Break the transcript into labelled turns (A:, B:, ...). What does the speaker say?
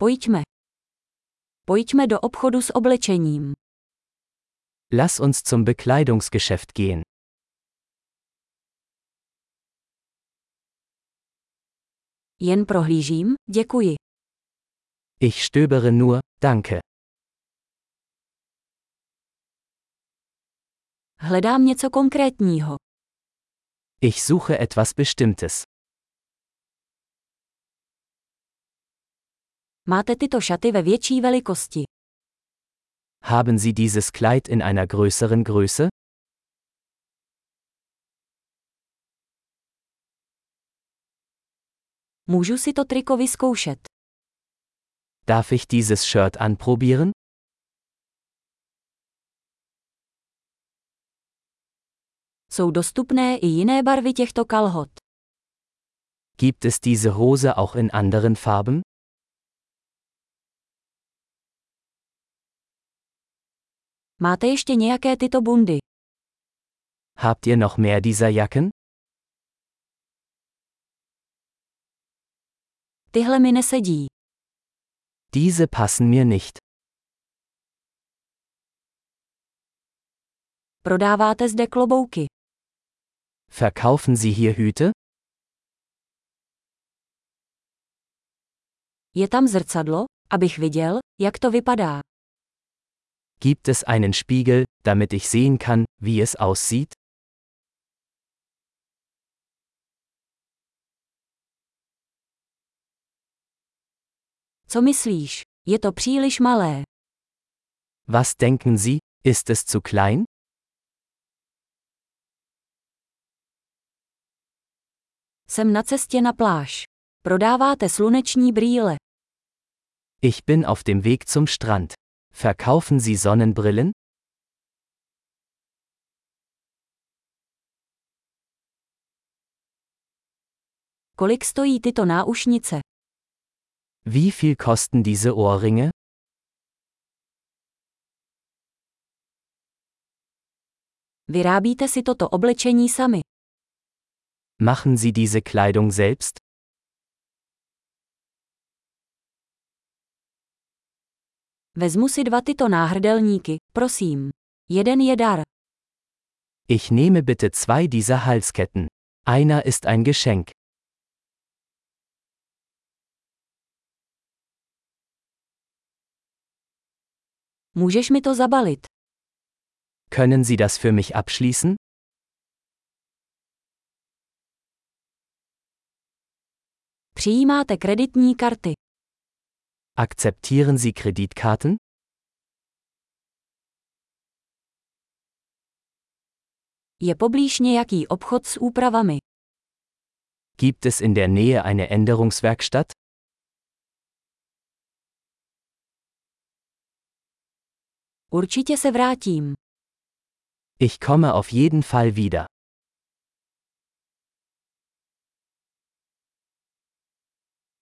A: Pojďme. Pojďme do obchodu s oblečením.
B: Lass uns zum Bekleidungsgeschäft gehen.
A: Jen prohlížím, děkuji.
B: Ich stöbere nur, danke.
A: Hledám něco konkrétního.
B: Ich suche etwas Bestimmtes.
A: Máte tyto šaty ve větší velikosti.
B: Haben Sie dieses Kleid in einer größeren Größe?
A: Můžu si to triko vyzkoušet.
B: Darf ich dieses Shirt anprobieren?
A: Jsou dostupné i jiné barvy těchto kalhot.
B: Gibt es diese Hose auch in anderen Farben?
A: Máte ještě nějaké tyto bundy?
B: Habt ihr noch mehr dieser Jacken?
A: Tyhle mi nesedí.
B: Diese passen mir nicht.
A: Prodáváte zde klobouky.
B: Verkaufen Sie hier Hüte?
A: Je tam zrcadlo, abych viděl, jak to vypadá.
B: Gibt es einen Spiegel, damit ich sehen kann, wie es aussieht?
A: Co myslíš? Je to příliš malé.
B: Was denken Sie, ist es zu klein?
A: Jsem na cestě na pláž. Prodáváte sluneční brýle.
B: Ich bin auf dem Weg zum Strand. Verkaufen Sie Sonnenbrillen?
A: Kolik stojí tyto náušnice?
B: Wie viel kosten diese Ohrringe?
A: Vyrábíte si toto oblečení sami.
B: Machen Sie diese Kleidung selbst?
A: Vezmu si dva tyto náhrdelníky, prosím. Jeden je dar.
B: Ich nehme bitte zwei dieser Halsketten. Einer ist ein Geschenk.
A: Můžeš mi to zabalit.
B: Können Sie das für mich abschließen?
A: Přijímáte kreditní karty.
B: Akzeptieren Sie Kreditkarten?
A: Je poblíž nějaký obchod s úpravami.
B: Gibt es in der Nähe eine Änderungswerkstatt?
A: Určitě se vrátím.
B: Ich komme auf jeden Fall wieder.